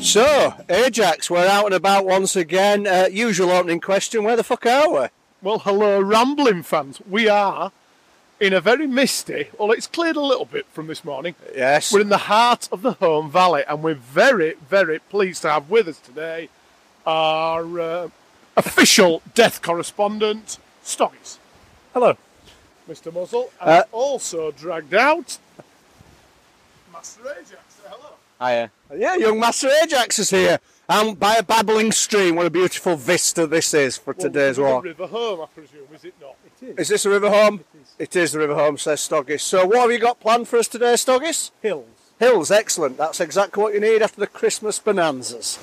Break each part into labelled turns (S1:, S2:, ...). S1: So, Ajax, we're out and about once again. Uh, usual opening question where the fuck are we?
S2: Well, hello, Rambling fans. We are in a very misty, well, it's cleared a little bit from this morning.
S1: Yes.
S2: We're in the heart of the home valley, and we're very, very pleased to have with us today our uh, official death correspondent, Stoggies.
S3: Hello.
S2: Mr. Muzzle, and
S1: Uh,
S2: also dragged out, Master Ajax. Say hello.
S3: Hiya.
S1: Yeah, young Master Ajax is here. And by a babbling stream, what a beautiful vista this is for today's
S2: Well,
S1: walk.
S2: the River home, I presume, is it not?
S1: Is this the river home? It is the river home, says Stoggis. So, what have you got planned for us today, Stoggis?
S3: Hills.
S1: Hills, excellent. That's exactly what you need after the Christmas bonanzas.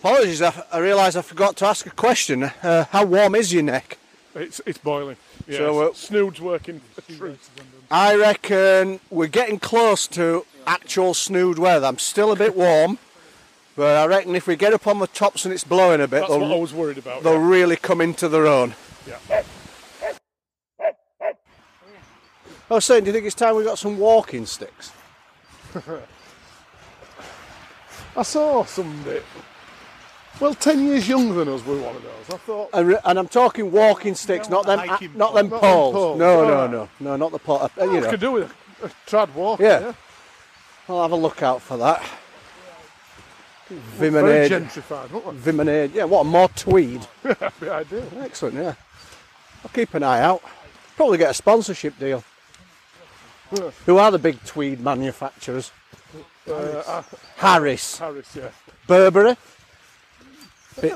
S1: Apologies, I, I realise I forgot to ask a question. Uh, how warm is your neck?
S2: It's, it's boiling. Yes.
S1: So, uh,
S2: Snood's working for truth.
S1: I reckon we're getting close to actual snood weather. I'm still a bit warm, but I reckon if we get up on the tops and it's blowing a bit,
S2: That's what I
S1: they'll,
S2: was worried about.
S1: they'll really come into their own.
S2: Yeah.
S1: I was saying, Oh, do you think it's time we got some walking sticks?
S2: I saw somebody. Well, ten years younger than us were one of those. I thought
S1: I re- And I'm talking walking sticks,
S3: No,
S1: not them,
S3: the hiking
S1: not them
S2: poles.
S1: poles.
S2: Not them
S1: No,
S2: poles.
S1: no,
S2: Oh.
S1: no, no, not the pole. Uh,
S2: you
S1: you know,
S2: could do with a, a trad walk.
S1: Yeah. I'll have a look out for that.
S2: Very
S1: Viminade,
S2: gentrified. What would
S1: Viminade. Yeah, what a more tweed.
S2: that be ideal?
S1: Excellent, yeah. I'll keep an eye out. Probably get a sponsorship deal. Who are the big tweed manufacturers?
S2: Uh,
S1: Harris,
S2: Harris, yeah.
S1: Burberry.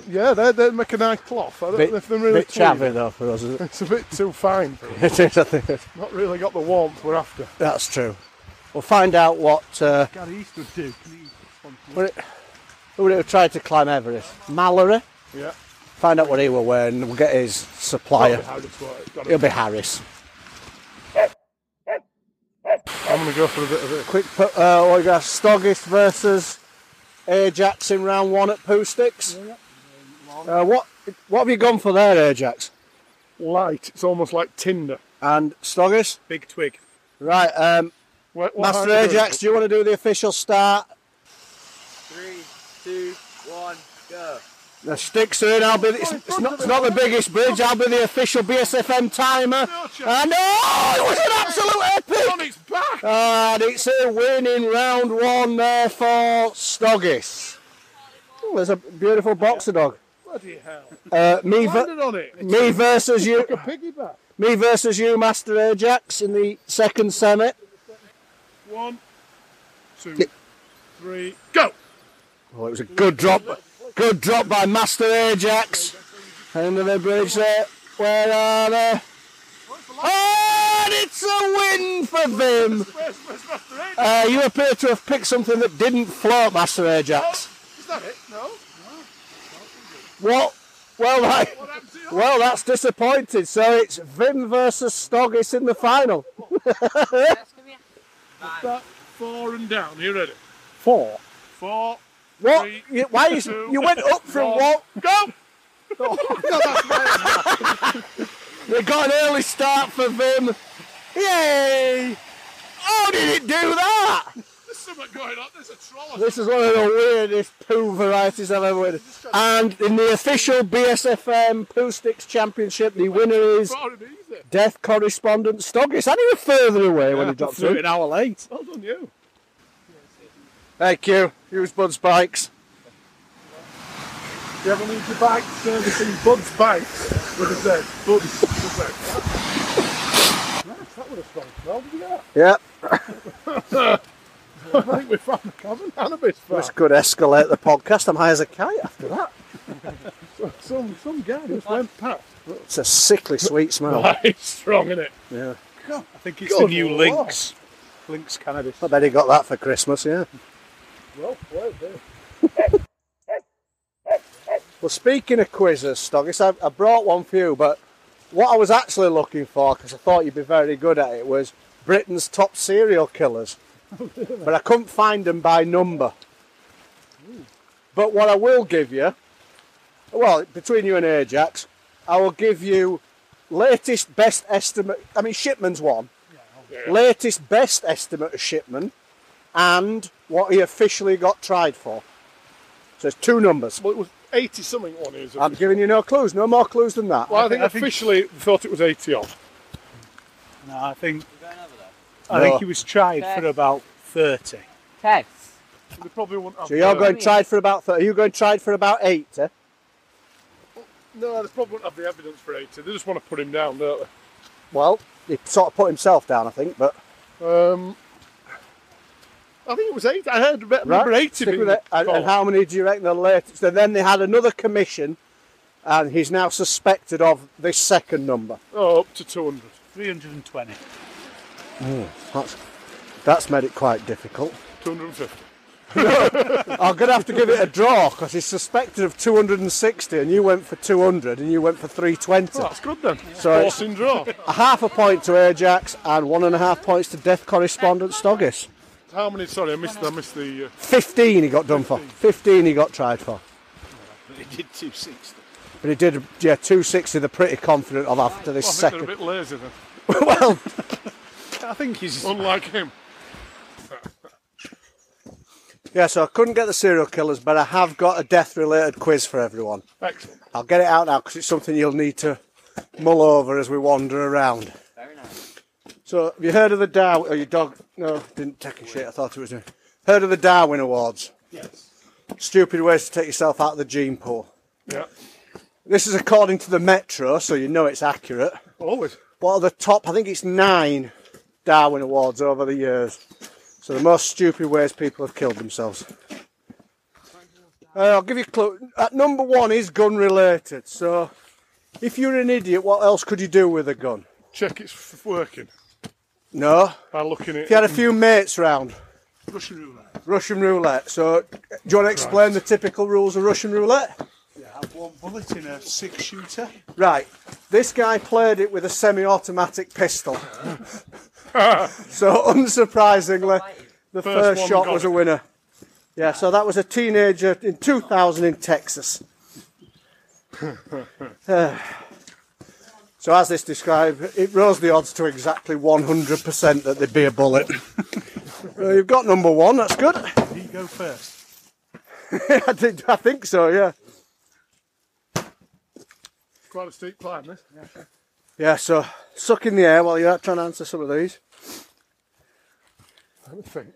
S2: Yeah, they they make a nice cloth. I don't know
S1: Bit,
S2: if they're really
S1: bit chavvy
S2: tweed.
S1: though for us, isn't it?
S2: It's a bit too fine.
S1: it is, I think.
S2: Not really got the warmth we're after.
S1: That's true. We'll find out what. Uh,
S3: Gary Eastwood too.
S1: were it, who would have tried to climb Everest? Mallory.
S2: Yeah.
S1: Find out what he were wearing. We'll get his
S2: Probably
S1: supplier.
S2: Harris wore it, got
S1: It'll
S2: it.
S1: be Harris.
S2: I'm going to go for a bit of it.
S1: Quick, pu- uh, what you got? Stoggis versus Ajax in round one at Poo Sticks. Uh, what what have you gone for there, Ajax
S2: Light. It's almost like tinder.
S1: and Stoggis?
S2: Big twig.
S1: Right, um,
S2: What, what
S1: Master
S2: height are you?
S1: Ajax, do you want to do the official start?
S3: Three, two, one, go.
S1: The sticks are in. I'll be. It's, it's not, it's not the biggest bridge. I'll be the official BSFM timer. And oh, it was an absolute epic!
S2: On its back.
S1: And it's a win in round one there for Stoggis. Oh, there's a beautiful boxer dog.
S2: Bloody hell.
S1: Uh, me, ver-
S2: Landed on it.
S1: me versus you.
S2: Like a piggyback.
S1: Me versus you, Master Ajax, in the second semi.
S2: One, two, three, go!
S1: Oh, it was a good drop. Good drop by Master Ajax. End of the bridge there. Where are they? And it's a win for Vim.
S2: Where's, where's Master Aid?
S1: Uh, you appear to have picked something that didn't float, Master Ajax.
S2: Is that it? No?
S1: What? Well, that,
S2: What happened to you?
S1: well, that's disappointed. So it's Vim versus Stoggis in the final.
S2: That four and down. Are you ready?
S1: Four.
S2: Four,
S1: What?
S2: Three,
S1: You, why is
S2: two,
S1: you went up from
S2: one.
S1: what?
S2: go!
S1: They got an early start for Vim. Yay! How did it do that?
S2: There's something going on. There's a trolley.
S1: This is one of the weirdest poo varieties I've ever witnessed. And in the official BSFM Poo Sticks Championship, the winner is
S2: Four and easy.
S1: Death Correspondent Stoggis. And he was further away when he dropped
S2: threw
S1: it.
S2: an hour late. Well done, you.
S1: Thank you. Use Bud Spikes.
S2: You ever need your bike servicing Bud's bikes? With a Z. Bud's. With a Z. That would have stopped. Well, did you get
S1: Yep.
S2: that? I think we found the common cannabis fan.
S1: This could escalate the podcast. I'm high as a kite after that.
S2: Some, some guy just went past.
S1: It's a sickly sweet smell.
S2: Right, strong, innit?
S1: Yeah.
S3: I think it's
S2: Good
S3: the new
S2: lord.
S3: Lynx. Lynx cannabis.
S1: I bet he got that for Christmas, yeah.
S2: Well played, there.
S1: Well, speaking of quizzes, Stoggis, I, I brought one for you, but what I was actually looking for, because I thought you'd be very good at it, was Britain's top serial killers. but I couldn't find them by number. But what I will give you, well, between you and Ajax, I will give you latest best estimate. I mean, Shipman's one. Latest best estimate of Shipman and what he officially got tried for. So it's two numbers.
S2: Well, it was 80 something on his.
S1: I'm giving you no clues, no more clues than that.
S2: well, I
S3: I
S2: think
S3: think- I think-
S2: officially they thought it was 80 odd.
S3: No, I think I
S1: No.
S3: think he was tried
S4: Okay.
S3: for about thirty.
S4: Okay.
S2: They probably wouldn't have.
S1: So you're
S2: the-
S1: going tried for about thirty. You're going tried for about eight. Eh?
S2: No, they probably wouldn't have the evidence for 80. They just want to put him down, don't
S1: Well, he sort of put himself down, I think. But
S2: they? Um, I think it was 80. I heard about number 80
S1: stick
S2: being
S1: with it. And,
S2: called.
S1: and how many do you reckon the latest? So then they had another commission, and he's now suspected of this second number.
S2: Oh, up to 200.
S3: 320.
S1: That's that's made it quite difficult.
S2: 250.
S1: I'm gonna have to give it a draw because he's suspected of 260, and you went for 200, and you went for 320.
S2: Oh, that's good then.
S1: So it's-
S2: Forcing draw.
S1: A half a point to Ajax and one and a half points to Death Correspondent Stoggis.
S2: How many? Sorry, I missed. I missed the. Uh,
S1: 15 he got done for. 15 he got tried for.
S3: He did 260.
S1: But he did, yeah, 260 they're pretty confident of after
S2: well,
S1: this
S2: I think they're a
S1: second.
S2: bit lazy then.
S1: well,
S3: I think he's.
S2: Unlike him.
S1: yeah, so I couldn't get the serial killers, but I have got a death related quiz for everyone.
S2: Excellent.
S1: I'll get it out now because it's something you'll need to mull over as we wander around.
S4: Very nice.
S1: So, have you heard of the Darwin? Oh, your dog? No, didn't take a shit. I thought it was. A... Heard of the Darwin Awards?
S3: Yes.
S1: Stupid ways to take yourself out of the gene pool.
S2: Yeah.
S1: This is according to the Metro, so you know it's accurate.
S2: Always.
S1: What are the top? I think it's nine Darwin Awards over the years. So the most stupid ways people have killed themselves. Uh, I'll give you a clue. At number one is gun related. So if you're an idiot, what else could you do with a gun?
S2: Check it's f- working.
S1: No.
S2: By looking at
S1: If you had a few mates round,
S3: Russian roulette.
S1: Russian roulette. So do you want to explain the typical rules of Russian roulette?
S3: Yeah, have one bullet in a six shooter.
S1: Right. This guy played it with a semi-automatic pistol. so unsurprisingly, the
S2: First
S1: first,
S2: one
S1: shot
S2: got
S1: was
S2: it.
S1: a winner. Yeah, so that was a teenager in 2000 in Texas. Uh, so as this described, it rose the odds to exactly 100% that there'd be a bullet. Well, you've got number one, that's good.
S3: Did he go first?
S1: I, did, I think so, yeah.
S2: quite a steep climb. This.
S1: Yeah, so suck in the air while you're trying to answer some of these.
S2: I would think.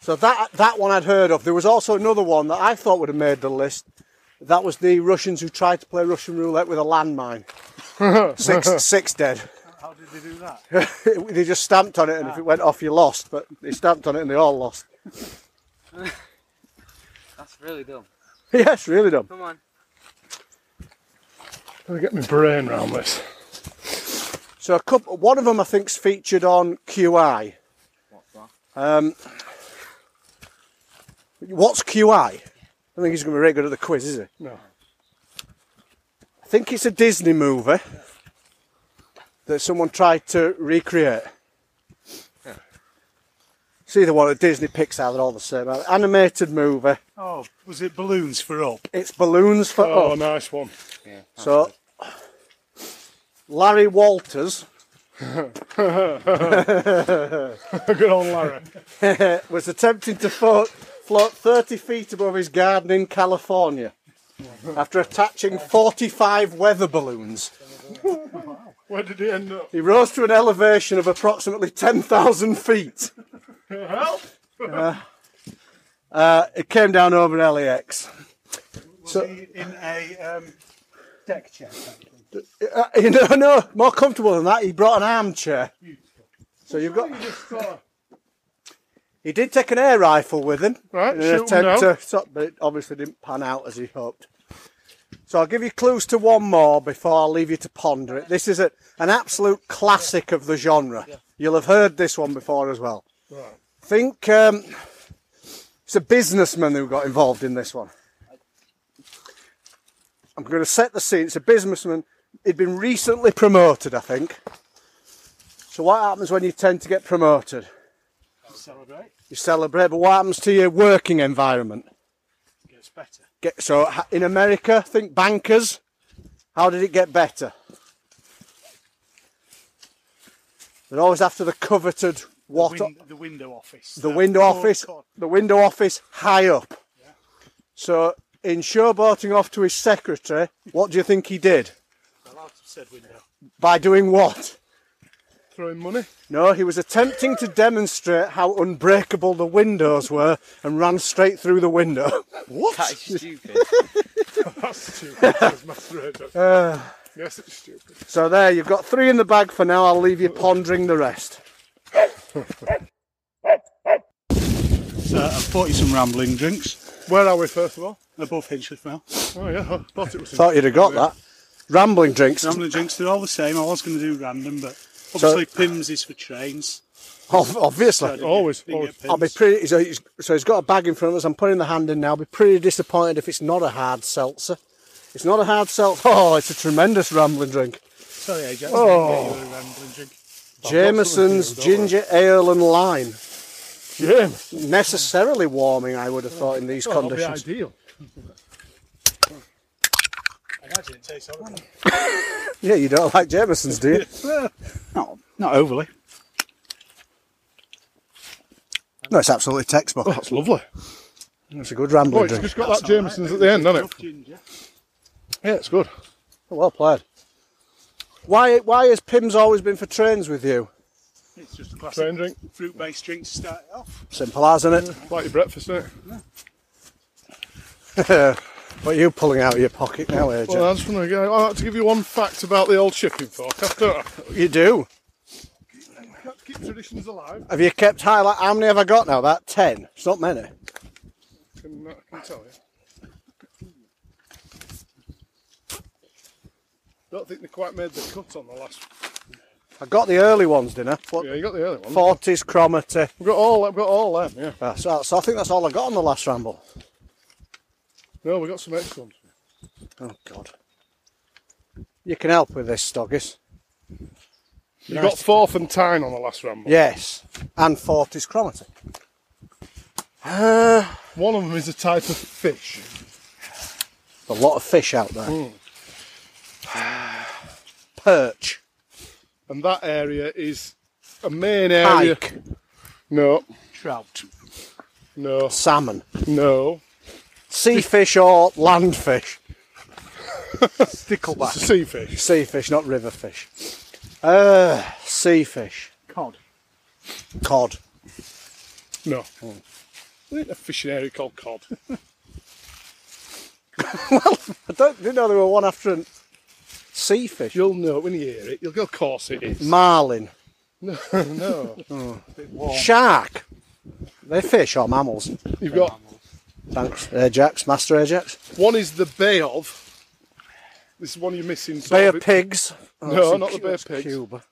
S1: So that that one I'd heard of. There was also another one that I thought would have made the list. That was the Russians who tried to play Russian roulette with a landmine. six six dead.
S3: How did they do that?
S1: they just stamped on it, and if it went off, you lost. But they stamped on it, and they all lost.
S4: That's really dumb.
S1: yes, really dumb.
S4: Come on.
S2: Gotta get my brain round this.
S1: So a couple, one of them I think's featured on QI. What's that? Um, what's QI? I don't think he's going to be very good at the quiz, is he?
S2: No.
S1: I think it's a Disney movie that someone tried to recreate. It's either one of Disney, Pixar, they're all the same. Animated movie.
S3: Oh, was it balloons for up?
S1: It's balloons for
S2: Oh,
S1: us.
S2: nice one.
S1: So Larry Walters
S2: Good on Larry.
S1: uh, was attempting to float, float 30 feet above his garden in California after attaching 45 weather balloons.
S2: Where did he end up?
S1: He rose to an elevation of approximately 10,000 feet.
S2: Help!
S1: Uh, it came down over LAX.
S3: Was
S1: So-
S3: he in a um, deck chair?
S1: Uh, you know, no, more comfortable than that. He brought an armchair. So you've got.
S2: uh,
S1: He did take an air rifle with him.
S2: Right,
S1: in an
S2: shoot 'em
S1: attempt
S2: down.
S1: to stop, but it obviously didn't pan out as he hoped. So I'll give you clues to one more before I'll leave you to ponder it. This is a, an absolute classic of the genre. You'll have heard this one before as well. Think um, it's a businessman who got involved in this one. I'm going to set the scene. It's a businessman. He'd been recently promoted, I think. So what happens when you tend to get promoted?
S3: Celebrate.
S1: You celebrate, but what happens to your working environment?
S3: Gets better.
S1: Get so ha- in America, think bankers. How did it get better? They're always after the coveted What?
S3: The, win- the window office. Oh,
S1: the window
S3: court-
S1: office,
S3: court-
S1: the window office high up. So in showboating off to his secretary, what do you think he did?
S3: Well, out of said window.
S1: By doing what?
S2: Throwing money.
S1: No, he was attempting to demonstrate how unbreakable the windows were and ran straight through the window.
S4: That is stupid.
S2: That's stupid. That's my throat. yes, it's stupid.
S1: So there, you've got three in the bag for now. I'll leave you pondering the rest.
S3: So Uh, I've bought you some rambling drinks
S2: Where are we, first of all?
S3: above Hinchliffe Mill.
S2: Oh, yeah. I thought it was in
S1: Thought you'd have got that. Rambling drinks.
S3: Rambling drinks, they're all the same. I was going to do random, but obviously Pims is for trains.
S1: Ob- Obviously.
S3: didn't
S2: Always,
S3: get- didn't
S2: always.
S3: get
S1: I'll be
S3: Pimm's.
S1: pretty. So he's, so he's got a bag in front of us. I'm putting the hand in now. I'll be pretty disappointed if it's not a hard seltzer. It's not a hard seltzer. Oh, it's a tremendous rambling drink.
S3: Sorry, AJ. Oh. Get you a rambling drink.
S1: Jameson's ginger ale and lime.
S2: Jim.
S1: Necessarily warming, I would have thought, in these
S2: That'll be
S1: conditions.
S2: ideal.
S3: I imagine it tastes horrible.
S1: Yeah, you don't like Jameson's, do you?
S3: Not, not overly.
S1: No, it's absolutely textbook.
S2: Oh, That's lovely.
S1: It's Oh, a good
S2: Oh,
S1: rambling
S2: it's
S1: drink.
S2: just got
S3: That's
S2: that
S3: all right.
S2: Jameson's at the end, hasn't it?
S3: Enough ginger.
S2: Yeah, it's good.
S1: Well played. Why, why has Pim's always been for trains with you?
S3: It's just a classic
S2: Train drink.
S3: fruit-based drink to start it off.
S1: Simple as, isn't it?
S2: Like your breakfast, isn't it?
S1: What are you pulling out of your pocket now, Agent?
S2: Well, I just want to go. I like to give you one fact about the old shipping forecast, don't I?
S1: you do.
S2: We've got to keep traditions alive.
S1: Have you kept highlight? How many have I got now? About 10. It's not many.
S2: I can, I can tell you. Don't think they quite made the cut on the last.
S1: I got the early ones, didn't I? What,
S2: Yeah, you got the early one.
S1: 40s, Cromarty.
S2: We've got all. We've got all them. Yeah.
S1: Ah, so, so I think that's all I got on the last ramble.
S2: No, we have got some extra ones.
S1: Oh, God. You can help with this, Stoggis.
S2: You got fourth and tine on the last ramble.
S1: Yes. And 40s Cromarty. Uh,
S2: One of them is a type of fish.
S1: a lot of fish out there.
S2: Hmm.
S1: Perch.
S2: and that area is a main area.
S1: Pike.
S2: No,
S3: Trout.
S2: no,
S1: Salmon.
S2: no.
S1: Sea fish or land fish?
S2: It's a sea fish.
S1: Sea fish, not river fish. Uh, sea fish.
S3: Cod.
S1: Cod.
S2: No. There ain't a fishing area called cod.
S1: I don't didn't know there were one after an sea fish.
S2: You'll know it when you hear it. You'll go, of course it is.
S1: Marlin. Hmm.
S2: no.
S1: Shark. They fish or mammals.
S2: You've got
S1: Thanks, Ajax, Master Ajax.
S2: one is the Bay of. This is one you're missing. sort
S1: Bay
S2: of
S1: of
S2: it-
S1: Pigs. Oh,
S2: No,
S1: that's in
S2: not the
S1: Cu-
S2: Bay of
S1: that's
S2: Pigs.
S1: Cuba.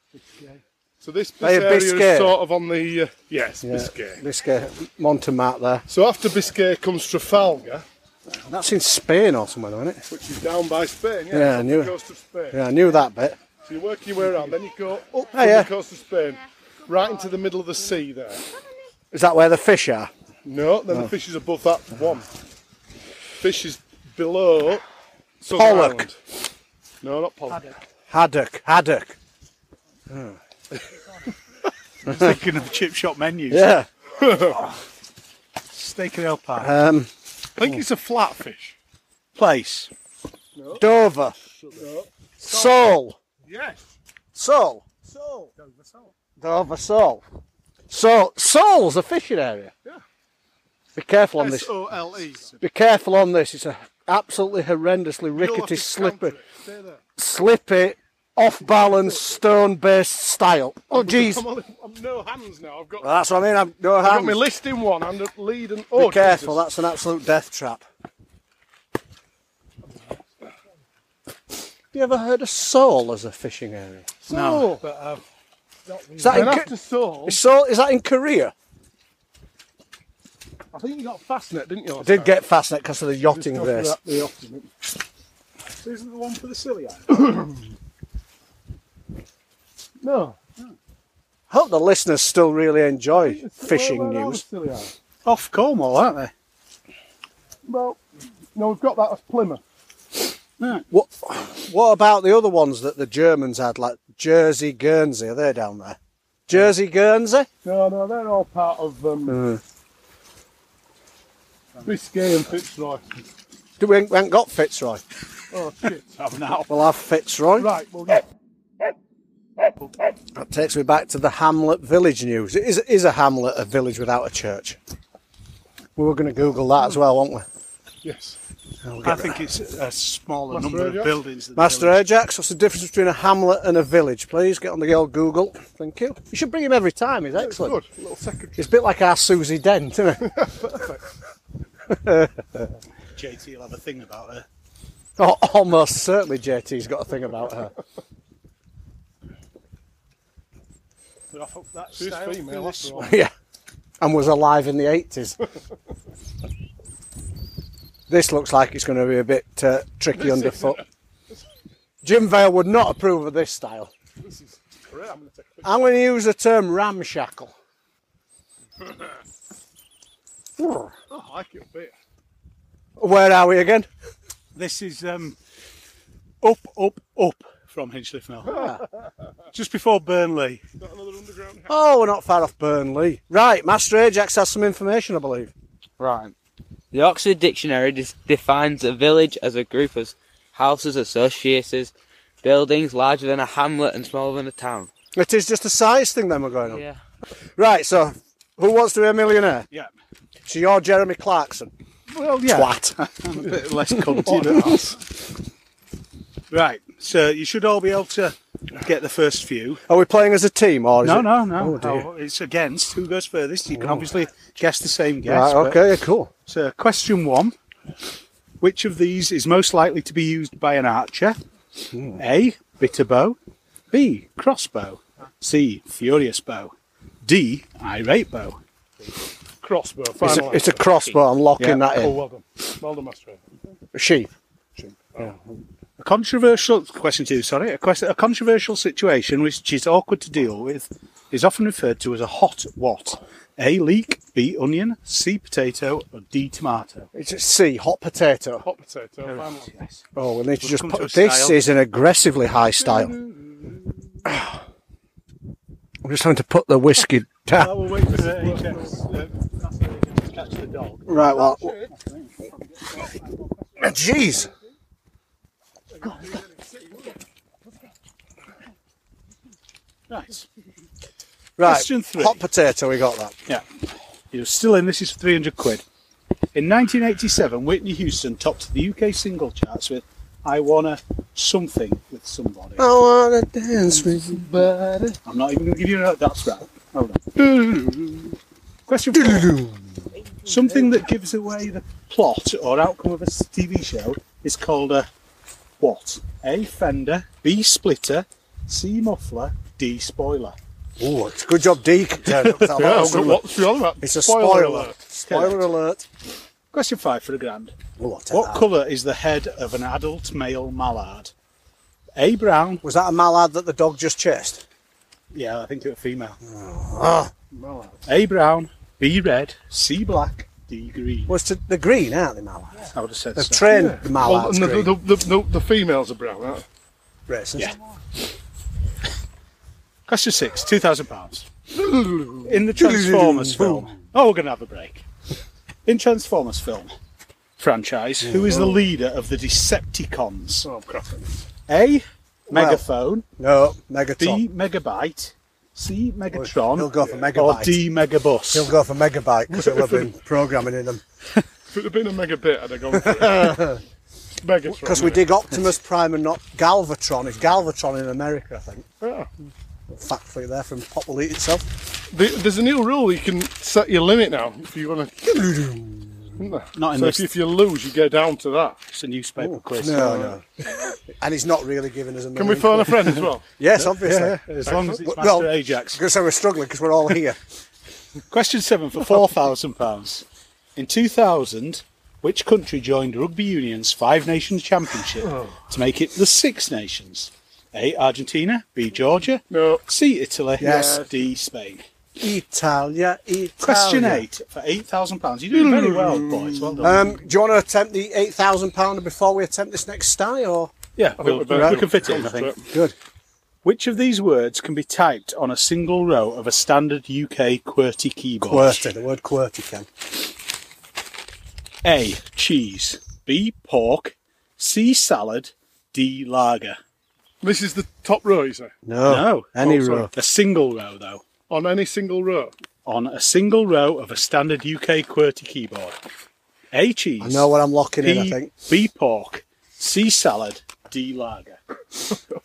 S2: So this, this
S1: Bay of
S2: area
S1: Biscay.
S2: is sort of on the uh, yes
S1: Yeah,
S2: Biscay.
S1: Biscay. Montemart there.
S2: So after Biscay comes Trafalgar,
S1: That's in Spain or somewhere, though, isn't it?
S2: which is down by Spain. Yeah,
S1: Yeah, I
S2: up
S1: knew
S2: the
S1: it.
S2: coast of Spain.
S1: Yeah, I knew that bit.
S2: So you work your way around, then you go up from
S1: yeah.
S2: the coast of Spain, right into the middle of the sea there.
S1: Is that where the fish are?
S2: No,
S1: Oh.
S2: then the fish is above that one. Fish is below. Southern
S1: Pollock.
S2: Ireland. No, not pollock.
S1: Haddock. Haddock.
S3: I'm thinking of chip shop menus.
S1: Yeah.
S3: Steak and ale pie.
S1: Um,
S2: I think it's a flatfish.
S3: Place.
S1: Dover. Seoul.
S2: Yes.
S1: Seoul.
S2: So.
S1: Dover Seoul. So Seoul's a fishing area. Yeah. Be careful on this.
S2: S O L E.
S1: Be careful on this. It's a absolutely horrendously rickety, slippery,
S2: Stay there.
S1: slippy, off-balance, stone-based style. Oh, jeez.
S2: I'm, only, I'm no hands now. I've got,
S1: Well, that's what I mean. I'm no
S2: I've got my
S1: hands.
S2: list in one and a lead and.
S1: Be
S2: Oh,
S1: careful.
S2: Jesus.
S1: That's an absolute death trap. Have you ever heard of Seoul as a fishing area?
S3: No, but uh,
S1: Is that
S2: And
S1: in,
S2: after
S1: Ko-
S2: Seoul,
S1: is Seoul? Is that in Korea?
S2: I think you got Fastnet, didn't you?
S1: I did get fascinated because of the yachting race.
S3: isn't the one for the silly eye?
S2: No.
S1: Hope the listeners still really enjoy fishing
S2: Where- where are the
S1: news.
S2: silly eyes?
S3: Off Cornwall, aren't they?
S2: Well, no, we've got that as Plymouth.
S1: What What about the other ones that the Germans had, like Jersey, Guernsey? Are they down there? Jersey Guernsey.
S2: No, no, they're all part of um,
S1: Uh.
S2: Biscay and Fitzroy.
S1: Do we, ain't- we ain't got Fitzroy.
S2: Oh, shit.
S3: Have now.
S1: We'll have Fitzroy.
S2: right, well, yeah.
S1: That takes me back to the Hamlet village news. Is, is a hamlet a village without a church? We were going to Google that as well, weren't we?
S2: yes.
S3: I think it's a smaller
S2: Master
S3: number
S2: Radio?
S3: of buildings. Than
S1: Master
S3: village.
S1: Ajax, what's the difference between a hamlet and a village? Please get on the old Google. Thank you. You should bring him every time. He's excellent.
S2: Good. little secretary.
S1: It's a bit like our Susie Dent, isn't it?
S3: JT will have a thing about it.
S1: Al- Almost certainly JT's got a thing about her.
S3: We're off up that
S2: She's
S3: style.
S2: female, after all.
S1: yeah. And was alive in the 80s. this looks like it's going to be a bit uh, tricky underfoot. Jim Vale would not approve of this style.
S2: This is great. I'm going to take a picture.
S1: I'm going to use the term ramshackle.
S2: I like it a bit.
S1: Where are we again?
S3: This is um, up, up, up from Hinchliffe
S1: Ah.
S3: now. Just before Burnley.
S2: Got another underground house.
S1: Oh, we're not far off Burnley. Right, Master Ajax has some information, I believe.
S4: Right. The Oxford Dictionary dis- defines a village as a group of houses, associations, buildings larger than a hamlet and smaller than a town.
S1: It is just a size thing then we're going on. Right, so who wants to be a millionaire?
S3: Yeah.
S1: So you're Jeremy Clarkson.
S3: Well, yeah.
S1: Twat.
S3: I'm a bit less cunty than that. Right, so you should all be able to get the first few.
S1: Are we playing as a team or is
S3: No,
S1: it-
S3: no, no.
S1: Oh, dear. Oh.
S3: Oh, it's against who goes furthest. You can obviously guess the same
S1: Right,
S3: guess. but-
S1: okay, yeah, cool.
S3: So, question one Which of these is most likely to be used by an archer? A. Bitter bow. B. Crossbow. C. Furious bow. D. Irate bow.
S2: Crossbow.
S1: It's
S2: Final
S1: a, it's a crossbow. I'm locking
S3: Yeah.
S1: that
S2: Oh,
S1: in.
S2: well done. Well done, Master.
S1: Sheep.
S3: A controversial question two, sorry, a, quest, a controversial situation which is awkward to deal with is often referred to as a hot what? A leek, B onion, C potato, or D tomato.
S1: It's a C, hot potato.
S2: Hot potato. Final one.
S3: Yes.
S1: Oh, we need to just
S3: come to a
S1: put. This
S3: style.
S1: is an aggressively high style. I'm just having to put the whiskey down.
S3: we'll wait for the Ajax, uh, to catch the dog.
S1: Right, well. Jeez.
S3: Right.
S1: Right.
S3: Question three.
S1: Hot potato, we got that.
S3: Yeah. You're still in. This is 300 quid. In 1987, Whitney Houston topped the UK single charts with I Wanna Something with Somebody.
S1: I wanna dance with you.
S3: I'm not even going to give you a note. That's right. Hold on. Question four. Something that gives away the plot or outcome of a s- TV show is called a what? A fender, B splitter, C muffler, D spoiler.
S1: Ooh, it's a good job Deke turned up. That
S2: Yeah,
S1: was
S2: well,
S1: good.
S2: what's the other one?
S1: It's a spoiler. alert. Spoiler alert.
S3: Question five for a grand.
S1: Ooh, I'll take
S3: What
S1: that.
S3: colour is the head of an adult male mallard? A brown.
S1: Was that a mallard that the dog just chased?
S3: Yeah, I think it was female.
S1: Ah,
S2: uh,
S3: A brown. B red. C black. D green.
S1: was to the green, aren't they, mallards?
S3: I would have said
S1: They've
S3: so.
S1: trained the
S2: Well,
S1: mallards.
S2: and the,
S1: green.
S2: the, the, the, the females are brown, aren't
S1: Racist.
S3: Yeah. Question six. Two thousand pounds. In the Transformers film. Oh, we're going to have a break. In Transformers film franchise, who is the
S1: Mm.
S3: leader of the Decepticons?
S2: they? Oh, crap.
S3: A. Megaphone.
S1: No, Megaton.
S3: B. Megabyte. C. Megatron.
S1: He'll go for
S3: Or
S1: Megabyte.
S3: D. Megabus.
S1: He'll go for megabyte because he'll have been programming in them.
S2: If it had been a mega bit, I'd have gone for it. Megatron.
S1: Because we did Optimus Prime and not Galvatron. It's Galvatron in America, I think.
S2: Yeah.
S1: Factory there from Pop Will Eat itself.
S2: The- There's a new rule you can set your limit now if you want to.
S3: Not in
S2: so
S3: this.
S2: if, if you lose, you go down to that.
S3: It's a newspaper quiz.
S1: Oh, No, no. and he's not really giving us a
S2: Can we
S1: million
S2: phone a
S1: quid.
S2: friend as well?
S1: Yes, obviously.
S3: As long as it's Master
S1: Well-
S3: Ajax.
S1: Because we're struggling because we're all here.
S3: Question seven for four thousand pounds. In two thousand, which country joined rugby union's Five Nations Championship to make it the Six Nations? A. Argentina. B. Georgia.
S2: No.
S3: C. Italy.
S1: Yes.
S3: D. Spain.
S1: Italia, Italia.
S3: Question eight for eight thousand pounds. You're doing very well, boys. Well done.
S1: Um, do you want to attempt the eight thousand pounder before we attempt this next style? Or
S3: yeah,
S2: I
S3: we'll-
S2: think
S3: we
S2: we're
S3: can fit it
S2: better.
S3: in. I think.
S1: good.
S3: Which of these words can be typed on a single row of a standard UK QWERTY keyboard?
S1: QWERTY, the word QWERTY, Ken.
S3: A. Cheese. B. Pork. C. Salad. D. Lager.
S2: This is the top row, you say,
S1: No.
S3: no.
S1: Any
S3: Oh, sorry.
S1: row.
S3: A single row, though.
S2: on any single row.
S3: On a single row of a standard UK QWERTY keyboard. A. Cheese.
S1: I know what I'm locking in, I
S3: B,
S1: think.
S3: B. Pork. C. Salad. D. Lager.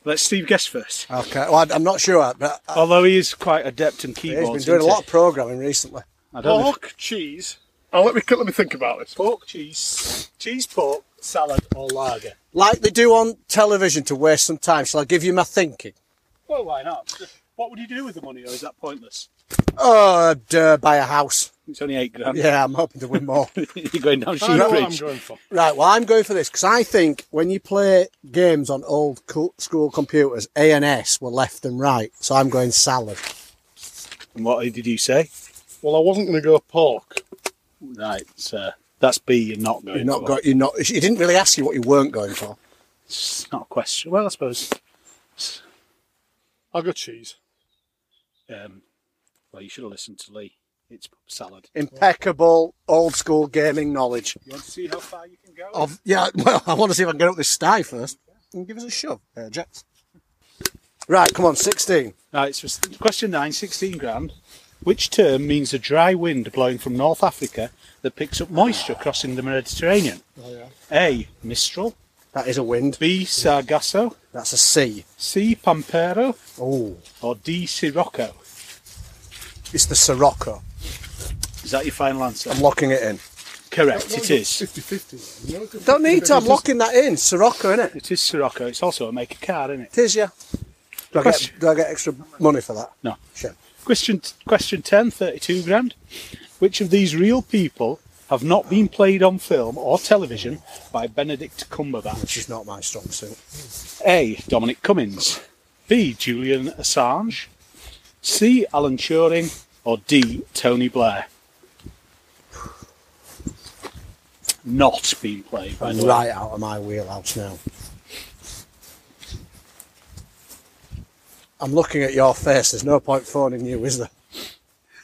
S3: Let Steve guess first.
S1: Okay. Well, I- I'm not sure, but I-
S3: Although he is quite adept in
S1: Ah. he's
S3: keyboards.
S1: been doing a
S3: isn't
S1: lot of
S3: he?
S1: programming recently.
S3: I don't know if-
S2: Pork, cheese. Oh, let me let me think about this.
S3: Pork, cheese, cheese, pork, salad, or lager.
S1: Like they do on television to waste some time. Shall I give you my thinking?
S3: Well, why not? What would you do with the money, or is that pointless?
S1: Oh, I'd uh, buy a house.
S3: It's only eight grand.
S1: Yeah, I'm hoping to win more.
S3: You're going down
S2: I know what I'm
S3: Sheebridge.
S2: going for.
S1: Right, well, I'm going for this because I think when you play games on old co- school computers, A and S were left and right. So I'm going salad.
S3: And what did you say?
S2: Well, I wasn't going to go pork.
S3: Right, so that's B. You're not going.
S1: You're not
S3: for.
S1: going. You're not. You didn't really ask you what you weren't going for.
S3: It's not a question. Well, I suppose.
S2: I'll go cheese.
S3: Um, well, you should have listened to Lee. It's salad.
S1: Impeccable old school gaming knowledge.
S3: You want to see how far you can go?
S1: Of yeah. Well, I want to see if I can get up this sty first and give us a shove, uh, Jets. Right, come on, sixteen.
S3: Right, so it's question nine, 16 grand. Which term means a dry wind blowing from North Africa that picks up moisture crossing the Mediterranean? A. Mistral.
S1: That is a wind.
S3: B. Sargasso.
S1: That's a C.
S3: C. Pampero.
S1: Oh,
S3: Or D. Sirocco.
S1: it's the Sirocco.
S3: Is that your final answer?
S1: I'm locking it in.
S3: Correct, it is.
S2: 50-50. You know, it's-
S1: Don't need to. I'm locking that in. Sirocco, isn't it?
S3: It is Sirocco. It's also a make a card, isn't
S1: It
S3: it?
S1: is, yeah. Do I, get,
S3: Question-
S1: do I get extra money for that?
S3: No.
S1: Shit.
S3: Question, question 10, 32 grand. Which of these real people have not been played on film or television by Benedict Cumberbatch?
S1: Which is not my strong suit.
S3: A. Dominic Cummings. B. Julian Assange. C. Alan Turing. Or D. Tony Blair. Not being played by
S1: I'm
S3: the way.
S1: right out of my wheelhouse now. I'm looking at your face. There's no point phoning you, is there?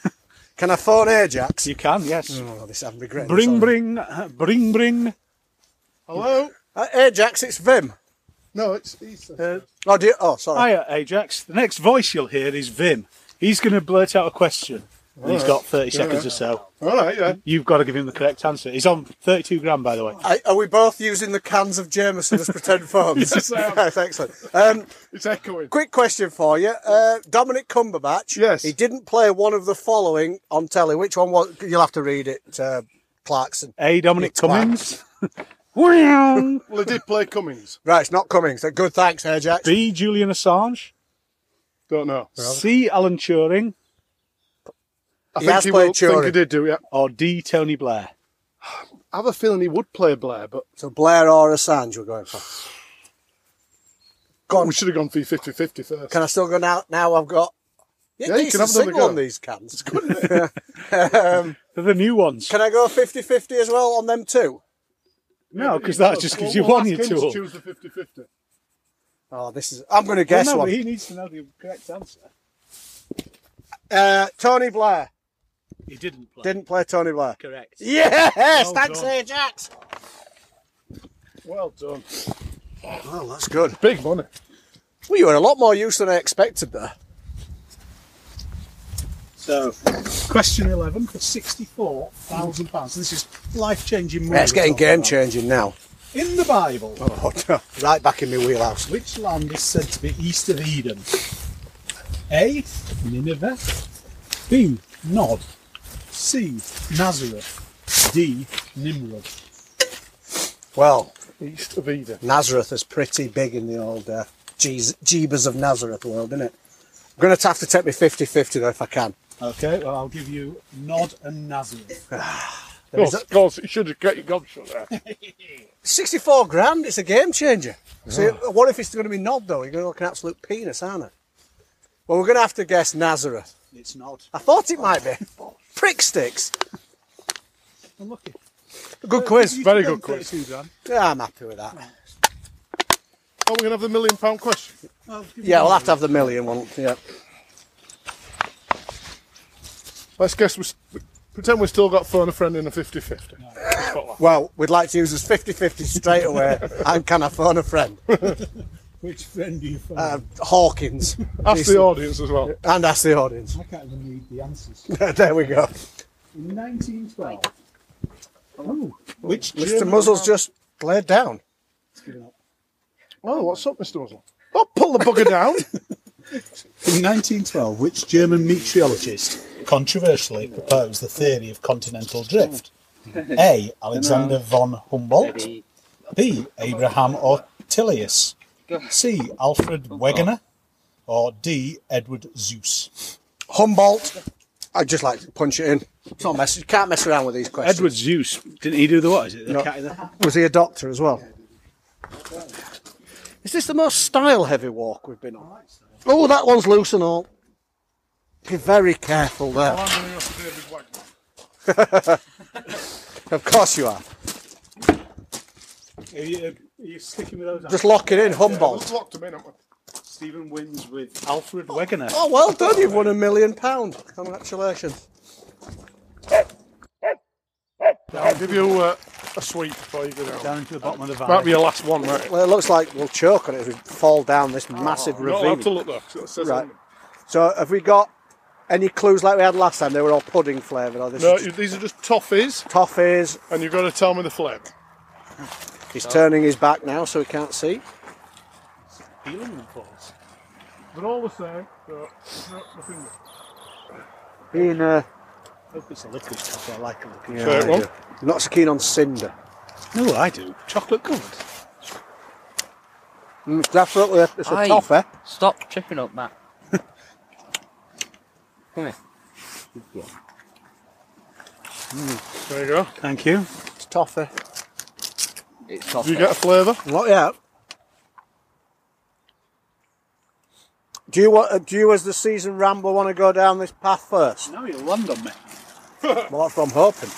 S1: Can I phone Ajax?
S3: You can, yes.
S1: Oh, this I'm regretting.
S3: Mm. Bring,
S1: sorry.
S3: bring, uh, bring, bring.
S2: Hello?
S1: Uh, Ajax, it's Vim.
S2: No, it's Easter.
S3: Uh,
S1: Oh, do you, oh, sorry.
S3: Hiya, Ajax. The next voice you'll hear is Vim. He's going to blurt out a question. And he's got 30 seconds or so.
S2: All right, yeah.
S3: You've got to give him the correct answer. He's on 32 grand, by the way.
S1: Are, are we both using the cans of Jameson as pretend phones?
S2: Yes, I am.
S1: That's excellent. Um,
S2: It's echoing.
S1: quick question for you. Uh, Dominic Cumberbatch.
S2: Yes.
S1: He didn't play one of the following on telly. Which one was? You'll have to read it, uh, Clarkson.
S3: A. Dominic
S1: It's
S3: Cummings. Wow.
S2: Well, it did play Cummings.
S1: Right, it's not Cummings. Good, thanks, Ajax.
S3: B. Julian Assange.
S2: Don't know.
S3: C. Alan Turing
S2: I
S1: He has played
S2: will, think he
S1: Turing.
S2: did do, yeah.
S3: or D. Tony Blair.
S2: I have a feeling he would play Blair, but
S1: So Blair or Assange we're going for. Go on.
S2: we should have gone for 50-50 first.
S1: Can I still go now? Now I've got. Yeah,
S2: Yeah, you
S1: decent
S2: can have another
S1: signal
S2: go.
S1: on these cans.
S3: They're the new ones.
S1: Can I go 50-50 as well on them too?
S3: no, because that just gives you one, you
S2: ask him
S3: two.
S2: to
S3: up.
S2: choose the 50-50.
S1: Oh, this is. I'm going to guess
S3: Well, no,
S1: one.
S3: but he needs to know the correct answer.
S1: Uh, Tony Blair
S3: He didn't play.
S1: didn't play Tony Blair.
S3: Correct.
S1: Yes,
S3: Well
S1: thanks,
S3: done.
S1: Ajax.
S2: Well done.
S1: Well, Oh, that's good.
S2: Big money.
S1: Well, you were a lot more use than I expected there.
S3: So, question 11 for £64,000. This is life changing money.
S1: Yeah, it's
S3: we're
S1: getting
S3: talking
S1: game
S3: about.
S1: changing now.
S3: In the Bible,
S1: Oh, no. Right back in my wheelhouse.
S3: which land is said to be east of Eden? A. Nineveh. B. Nod. C. Nazareth. D. Nimrod.
S1: Well,
S2: East of Eden.
S1: Nazareth is pretty big in the old uh, Jeez, Jeebus of Nazareth world, isn't it? I'm going to have to take me 50 50 though if I can.
S3: Okay, well, I'll give you Nod and Nazareth.
S2: Of course, of course, it should have got your gobshot there.
S1: 64 grand, it's a game changer. See, what if it's going to be Nod though? You're going to look an absolute penis, aren't it? Well, we're going to have to guess Nazareth.
S3: It's Nod.
S1: I thought it might be. Prick sticks.
S3: I'm lucky.
S1: Good quiz.
S2: Very good quiz.
S1: Yeah, I'm happy with that.
S2: Are we going to have the million pound question?
S1: Yeah, we'll have to have the million one. Yeah.
S2: Let's guess we s- pretend we've still got phone a friend in a 50 50.
S1: Well, we'd like to use this 50 50 straight away. and can I phone a friend?
S5: Which friend do you phone?
S1: Uh, Hawkins.
S2: Ask the audience as well.
S1: And ask the audience.
S5: I can't even read the answers.
S1: there we go.
S5: In 1912,
S3: Which
S1: Mr. Muzzle's just laid down.
S2: Oh, what's up, Mr. Muzzle? Oh, pull the bugger down.
S3: In 1912, which German meteorologist controversially proposed the theory of continental drift? A. Alexander von Humboldt. B. Abraham Ortelius. C. Alfred Wegener. Or D. Edward Zeus.
S1: Humboldt. I'd just like to punch it in. It's not mess. You can't mess around with these questions.
S3: Zeus. Didn't he do the what? Is it the
S1: No. cat was he a doctor as well? Is this the most style heavy walk we've been on? Oh, that one's loose and all. Be very careful there. Of course you are.
S3: Are you, are you sticking with those?
S1: Just lock it in, Humboldt.
S2: I've locked him in. haven't
S3: Stephen wins with Alfred Wegener.
S1: Oh, well done. You've won a million pounds. Congratulations.
S2: I? I'll give you uh, a sweep before you go down.
S3: Down into the bottom of the
S2: Might
S3: valley.
S2: be your last one, right?
S1: Well, it looks like we'll choke on it as we fall down this massive
S2: You're Oh, not allowed to
S1: ravine.
S2: look, though. 'cause it says
S1: Right.
S2: on them.
S1: So, have we got any clues like we had last time? They were all pudding flavoured, or this
S2: No,
S1: is
S2: you,
S1: just
S2: these are just toffees,
S1: toffees.
S2: and you've got to tell me the flavour.
S1: He's turning his back now, so he can't see.
S2: They're all the same. So, no, nothing new.
S1: Being uh,
S3: hope it's a liquid coffee. I like a liquid
S1: yeah,
S2: Fair
S1: I
S2: one.
S1: do. not so keen on cinder.
S3: No, I do. Chocolate covered.
S1: Mm, definitely, a, it's a eh?
S4: Aye.
S1: toffee.
S4: Stop tripping up, Matt. Come here.
S2: There you go.
S3: Thank you.
S1: It's toffee.
S4: It's eh?
S2: Do
S4: toffee.
S2: you get a flavour?
S1: Not yet. Do you want? Uh, do you, as the season rambler, want to go down this path first?
S3: Now you land on me.
S1: Well, that's what I'm hoping.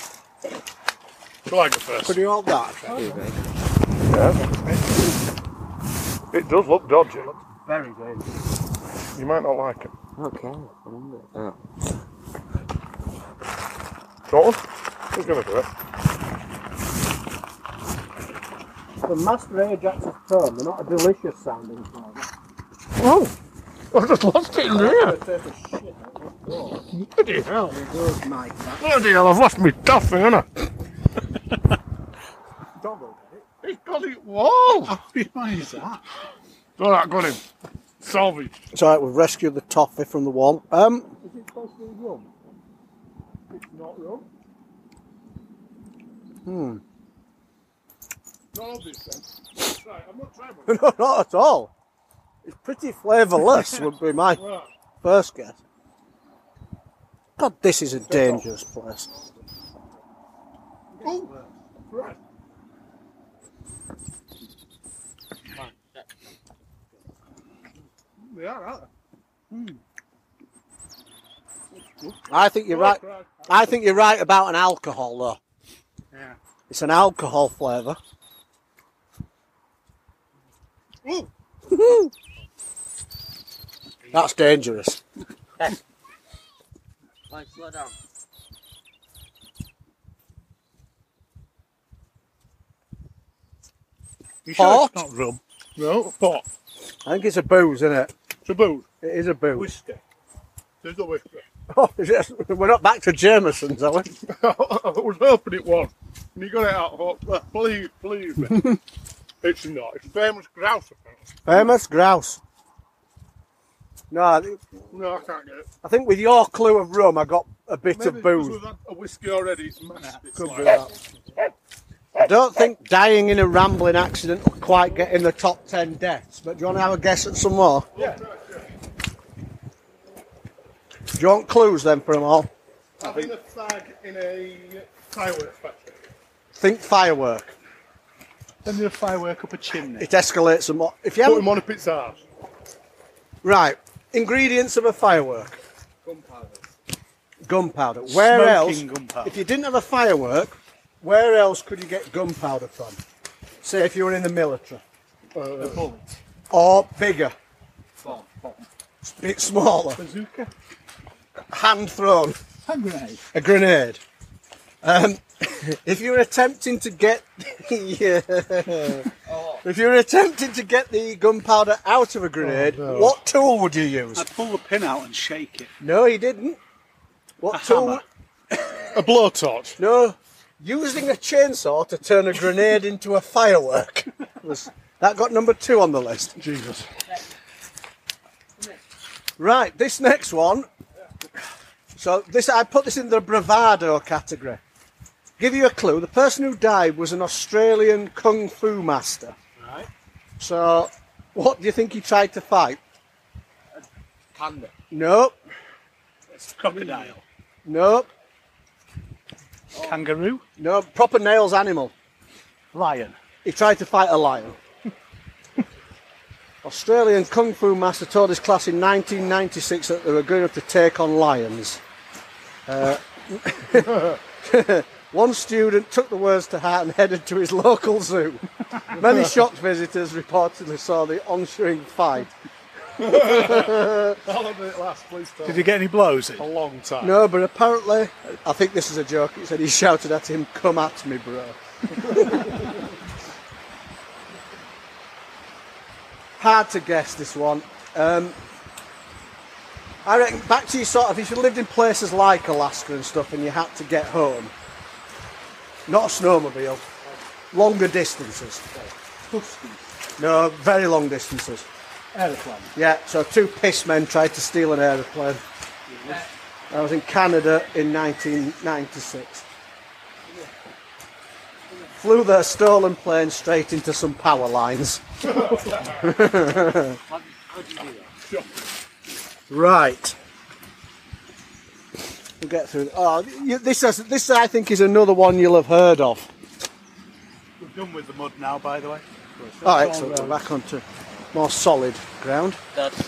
S2: Shall I go first?
S1: Could you hold that?
S2: It does look dodgy. It looks very good. You might not like it.
S4: Okay. remember. Oh.
S2: Go on. Who's going to do it?
S1: The master Ajax is firm. They're not a delicious sounding sound.
S2: Oh, I've just lost it in there. Bloody hell. Bloody hell, I've lost me toffee, haven't I? He's got it wall.
S3: Reminds that.
S2: All right, got him. Salvage.
S1: It's all right. We've rescued the toffee from the one. Um,
S2: Not wrong. Hmm. Not obvious then. Right, I'm not trying
S1: no, not at all. It's pretty flavourless. would be my
S2: Right.
S1: first guess. God, this is a dangerous place.
S2: Oh, right. They are, aren't
S1: I think you're right.
S2: they? Right.
S1: I think you're right about an alcohol, though.
S2: Yeah.
S1: It's an alcohol flavour. Mm.
S2: Ooh.
S1: That's dangerous.
S4: Like, slow down.
S3: You sure it's
S1: Pot?
S3: not rum?
S2: No, pot.
S1: I think it's a booze, isn't it?
S2: It's a booze.
S1: It is a booze.
S2: Whiskey. There's a whiskey.
S1: Oh, is it- We're not back to Jameson's, are we?
S2: I was hoping it was. And you got it out, Hawk. Believe, believe me. it's not. It's famous grouse, apparently.
S1: Famous grouse. No, I think-
S2: No, I can't get it.
S1: I think with your clue of rum, I got a bit
S2: Maybe
S1: of
S2: because
S1: booze.
S2: we've had a whiskey already. It's mashed. It's
S1: Could
S2: like-
S1: be that. I don't think dying in a rambling accident will quite get in the top 10 deaths, but do you want to have a guess at some more?
S2: Yeah.
S1: Do you want clues then for them all?
S2: Having a fag in a fireworks factory.
S1: Think firework.
S3: Then there's a firework up a chimney.
S1: It escalates some more. If you
S2: Put
S1: haven't,
S2: him on a pizza house.
S1: right, ingredients of a firework. Gunpowder. Gunpowder. Where else?
S3: Smoking gunpowder.
S1: If you didn't have a firework, where else could you get gunpowder from? Say if you were in the military.
S3: The bullet.
S1: Or bigger,
S3: Bomb. Bomb.
S1: a bit smaller,
S3: Bazooka.
S1: hand thrown,
S5: Hand grenade.
S1: a grenade. Um, if you're attempting to get the,
S3: Oh.
S1: if you're attempting to get the gunpowder out of a grenade,
S3: Oh,
S1: what tool would you use?
S3: I'd pull the pin out and shake it.
S1: No, he didn't. What
S3: A
S1: tool?
S3: hammer.
S2: A blowtorch.
S1: No, using a chainsaw to turn a grenade into a firework. Was, that got number two on the list.
S2: Jesus.
S1: Right, this next one. So this, I put this in the bravado category. Give you a clue. The person who died was an Australian kung fu master.
S3: Right.
S1: So, what do you think he tried to fight?
S4: Panda.
S1: Nope,
S3: It's a crocodile.
S1: nope,
S3: Kangaroo.
S1: no. Proper nails animal.
S3: Lion.
S1: He tried to fight a lion. Australian kung fu master told his class in 1996 that they were going to have to take on lions. Uh, one student took the words to heart and headed to his local zoo. Many shocked visitors reportedly saw the ensuing fight.
S2: How long did it last? Please tell
S3: Did
S2: me.
S3: you get any blows in?
S2: A long time.
S1: No, but apparently, I think this is a joke. He said he shouted at him, "Come at me, bro." Hard to guess this one. Um, I reckon back to you sort of if you lived in places like Alaska and stuff, and you had to get home, not a snowmobile, longer distances. No, very long distances.
S5: Aeroplane.
S1: Yeah, so two piss men tried to steal an aeroplane. I was in Canada in 1996. Flew their stolen plane straight into some power lines. right. We'll get through. Oh, you- this, is, this I think is another one you'll have heard of.
S3: We're done with the mud now, by the way.
S1: Oh, excellent. We're back onto more solid ground.
S4: That's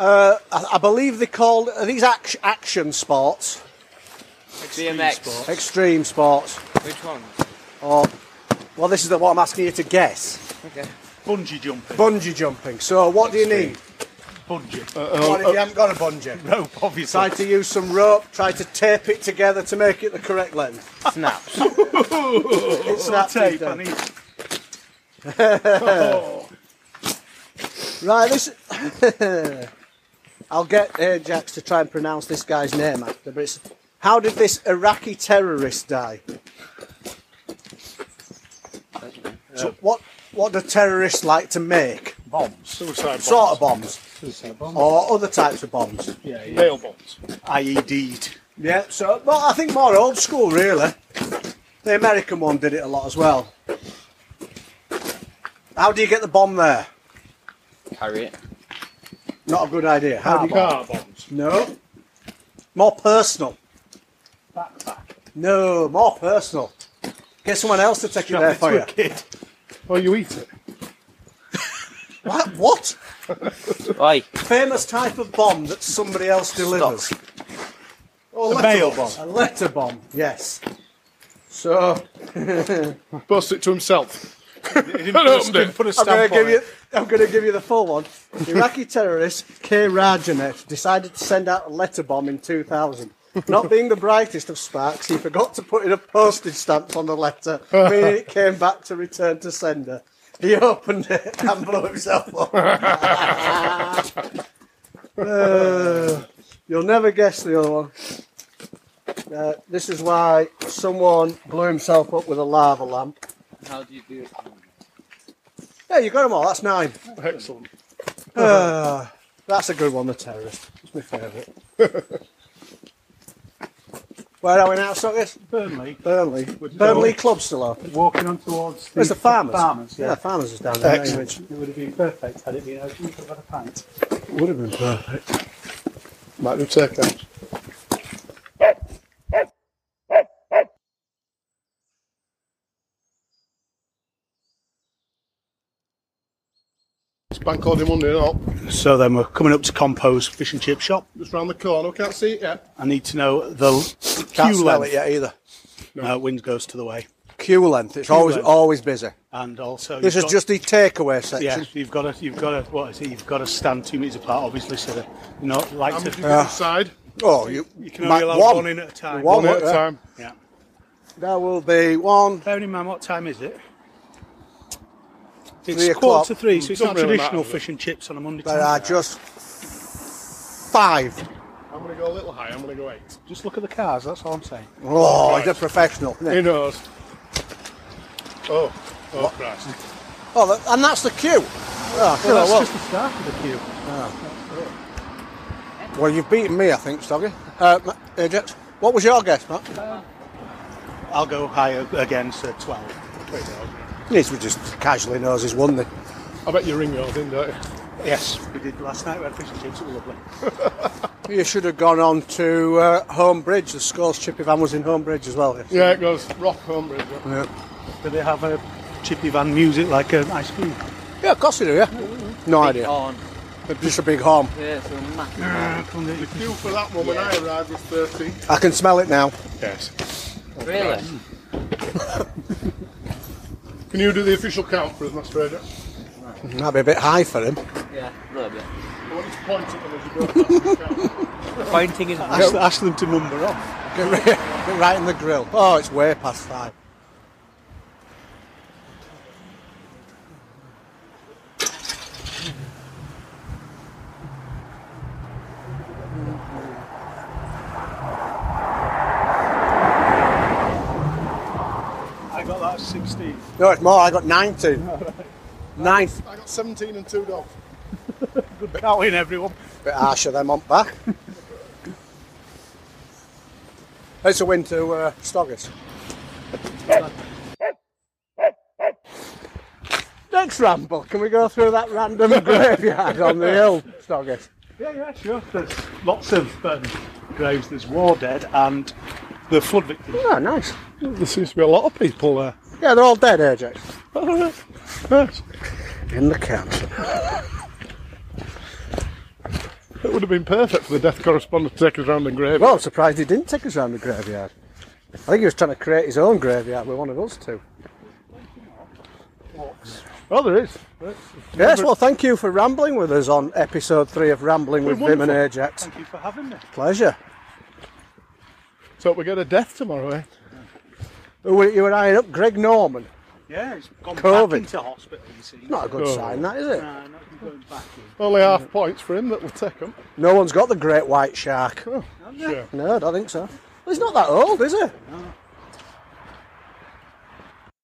S1: I, I believe they called are these act- action sports,
S4: BMX.
S1: extreme sports,
S4: Which one?
S1: or well, this is the, what I'm asking you to guess:
S4: Okay.
S3: Bungee jumping.
S1: bungee jumping. So, what do you need?
S3: Bungee.
S1: What if you haven't got a bungee?
S3: rope, obviously.
S1: Try to use some rope. Try to tape it together to make it the correct length.
S4: Snaps.
S1: It's not
S3: tape.
S1: tape.
S3: I need
S1: Right, this. I'll get Ajax to try and pronounce this guy's name after, but it's. How did this Iraqi terrorist die? So what what do terrorists like to make?
S3: bombs, Oh,
S2: Suicide bombs.
S1: Sort of bombs
S5: Suicide bomb.
S1: or other types of bombs.
S2: Nail bombs.
S3: E IED'd.
S1: Yeah, so well, I think more old school really. The American one did it a lot as well. How do you get the bomb there?
S4: Carry it.
S1: Not a good idea. How
S3: Ah,
S1: do you
S2: Car bombs.
S1: No. More personal.
S5: Backpack.
S1: No, more personal. Get someone else to take it there for you.
S3: kid.
S2: Oh, you eat it.
S1: What? What?
S4: Oi.
S1: Famous type of bomb that somebody else delivers. Oh,
S3: A mail bomb.
S1: A letter bomb. Yes. So
S2: Bust it to himself.
S3: He didn't
S2: Don't
S3: put a-
S2: open
S3: didn't
S2: it.
S3: put a
S1: I'm going
S3: stamp
S1: to
S3: on
S1: give
S3: it.
S1: you. I'm going to give you the full one. Iraqi terrorist K. Rajanet decided to send out a letter bomb in 2000. Not being the brightest of sparks, he forgot to put in a postage stamp on the letter, meaning it came back to return to sender. He opened it and blew himself up. Uh, you'll never guess the other one. Uh, this is why someone blew himself up with a lava lamp.
S4: How do you do it?
S1: Yeah, you got them all. That's nine.
S2: Excellent.
S1: Uh, that's a good one, the terrorist. It's my favourite. Where are we now, Sockers?
S3: Burnley.
S1: Burnley.
S3: Would you
S1: Burnley
S3: go-
S1: Club still open.
S5: Walking on towards the,
S1: Where's the farmers?
S5: farmers, yeah.
S1: farmers is down there.
S5: Which it would have been perfect had it been open. You could have had a pint.
S1: Would have been perfect.
S2: Might do take that. Bank Holiday Monday, not
S3: So then we're coming up to Compo's fish and chip shop.
S2: just round the corner. We can't see it yet.
S3: I need to know the
S1: Can't
S3: queue
S1: smell it
S3: length.
S1: yet either.
S3: No, wind goes to the way.
S1: Queue length. It's always
S3: length.
S1: always busy.
S3: And also,
S1: This
S3: you've
S1: is
S3: got-
S1: just the takeaway section.
S3: yeah. You've got to, you've got to, what is it? You've got to stand two meters apart, obviously, so that you're not like
S2: I'm just
S3: to.
S1: Ah.
S2: inside.
S1: Oh, you,
S3: You can only allow one. in at a time.
S1: One.
S2: One at a
S1: yeah.
S2: time.
S3: Yeah.
S1: There will be one.
S3: Bearing in mind, what time is it? It's
S1: Three
S3: quarter
S1: o'clock.
S3: to three, so it's
S2: Doesn't
S3: not
S2: really matter,
S3: traditional
S2: does it?
S3: fish and chips on a Monday.
S1: There
S3: time.
S1: are just five.
S2: I'm going to go a little high. I'm going to go eight.
S3: Just look at the cars. That's all I'm saying.
S1: Oh, he's a professional. isn't he?
S2: Who knows? Oh, oh Christ.
S1: Oh, that- and that's the queue. Oh, you know
S3: that's
S1: what? Ah.
S3: just the start of the queue.
S1: Well, you've beaten me, I think, Stoggy. Uh, Ma- uh, Jax, what was your guess, Matt?
S3: I'll go higher again, so twelve.
S2: Wait, no.
S1: Yes, we just casually knows he's won the.
S2: I bet you ring yours in, don't you?
S3: Yes, we did last night. We had fish and chips. It was lovely.
S1: You should have gone on to uh, Home Bridge. The Scots Chippy Van was in Home Bridge as well.
S2: Yeah, it goes rock home. Bridge.
S1: Yeah,
S3: Do they have a chippy van music like an ice cream?
S1: yeah of course you do, yeah. No idea.
S4: On.
S1: Just a big horn.
S4: Yeah, so massive.
S3: Come and
S2: The
S3: get your-
S2: queue for that one when I arrived was 30.
S1: I can smell it now.
S2: Yes.
S4: Really?
S2: Can you do the official count for us, Master Trader?
S1: That'd be a bit high for him.
S4: Yeah, a little bit.
S2: I want you to point at them as you go. past the count.
S4: Pointing is
S3: Ask, ask them to number off.
S1: Get ri- get right in the grill. Oh, it's way past five.
S3: I got that 16.
S1: No, it's more. I got 19. Nine.
S2: I got 17 and two dogs.
S3: Can't win everyone.
S1: Bit harsher them on back. It's a win to uh, Stoggers. Next ramble, can we go through that random graveyard on the hill, Stoggers?
S3: Yeah, yeah, sure. There's lots of um, graves. There's war dead and the flood victims.
S1: Oh, nice.
S2: There seems to be a lot of people there.
S1: Yeah, they're all dead, AJ.
S2: it
S1: In the council.
S2: would have been perfect for the death correspondent to take us round and grave.
S1: Well, I'm surprised he didn't take us round the graveyard. I think he was trying to create his own graveyard with one of us two.
S2: oh, there is.
S1: Yes, well, thank you for rambling with us on episode three of Rambling with Vim and Ajax.
S3: Thank you for having me.
S1: Pleasure.
S2: So we get a death tomorrow, eh?
S1: Who were- You were eyeing up Greg Norman.
S3: Yeah, it's gone
S1: COVID.
S3: back into hospital, you see.
S1: Not a good
S2: Oh.
S1: sign, that is it?
S3: Nah, not even going back in.
S2: Only half points for him that will take him.
S1: No one's got the great white shark.
S2: Oh, Sure.
S1: No, I don't think so. Well, he's not that old, is he?
S3: No,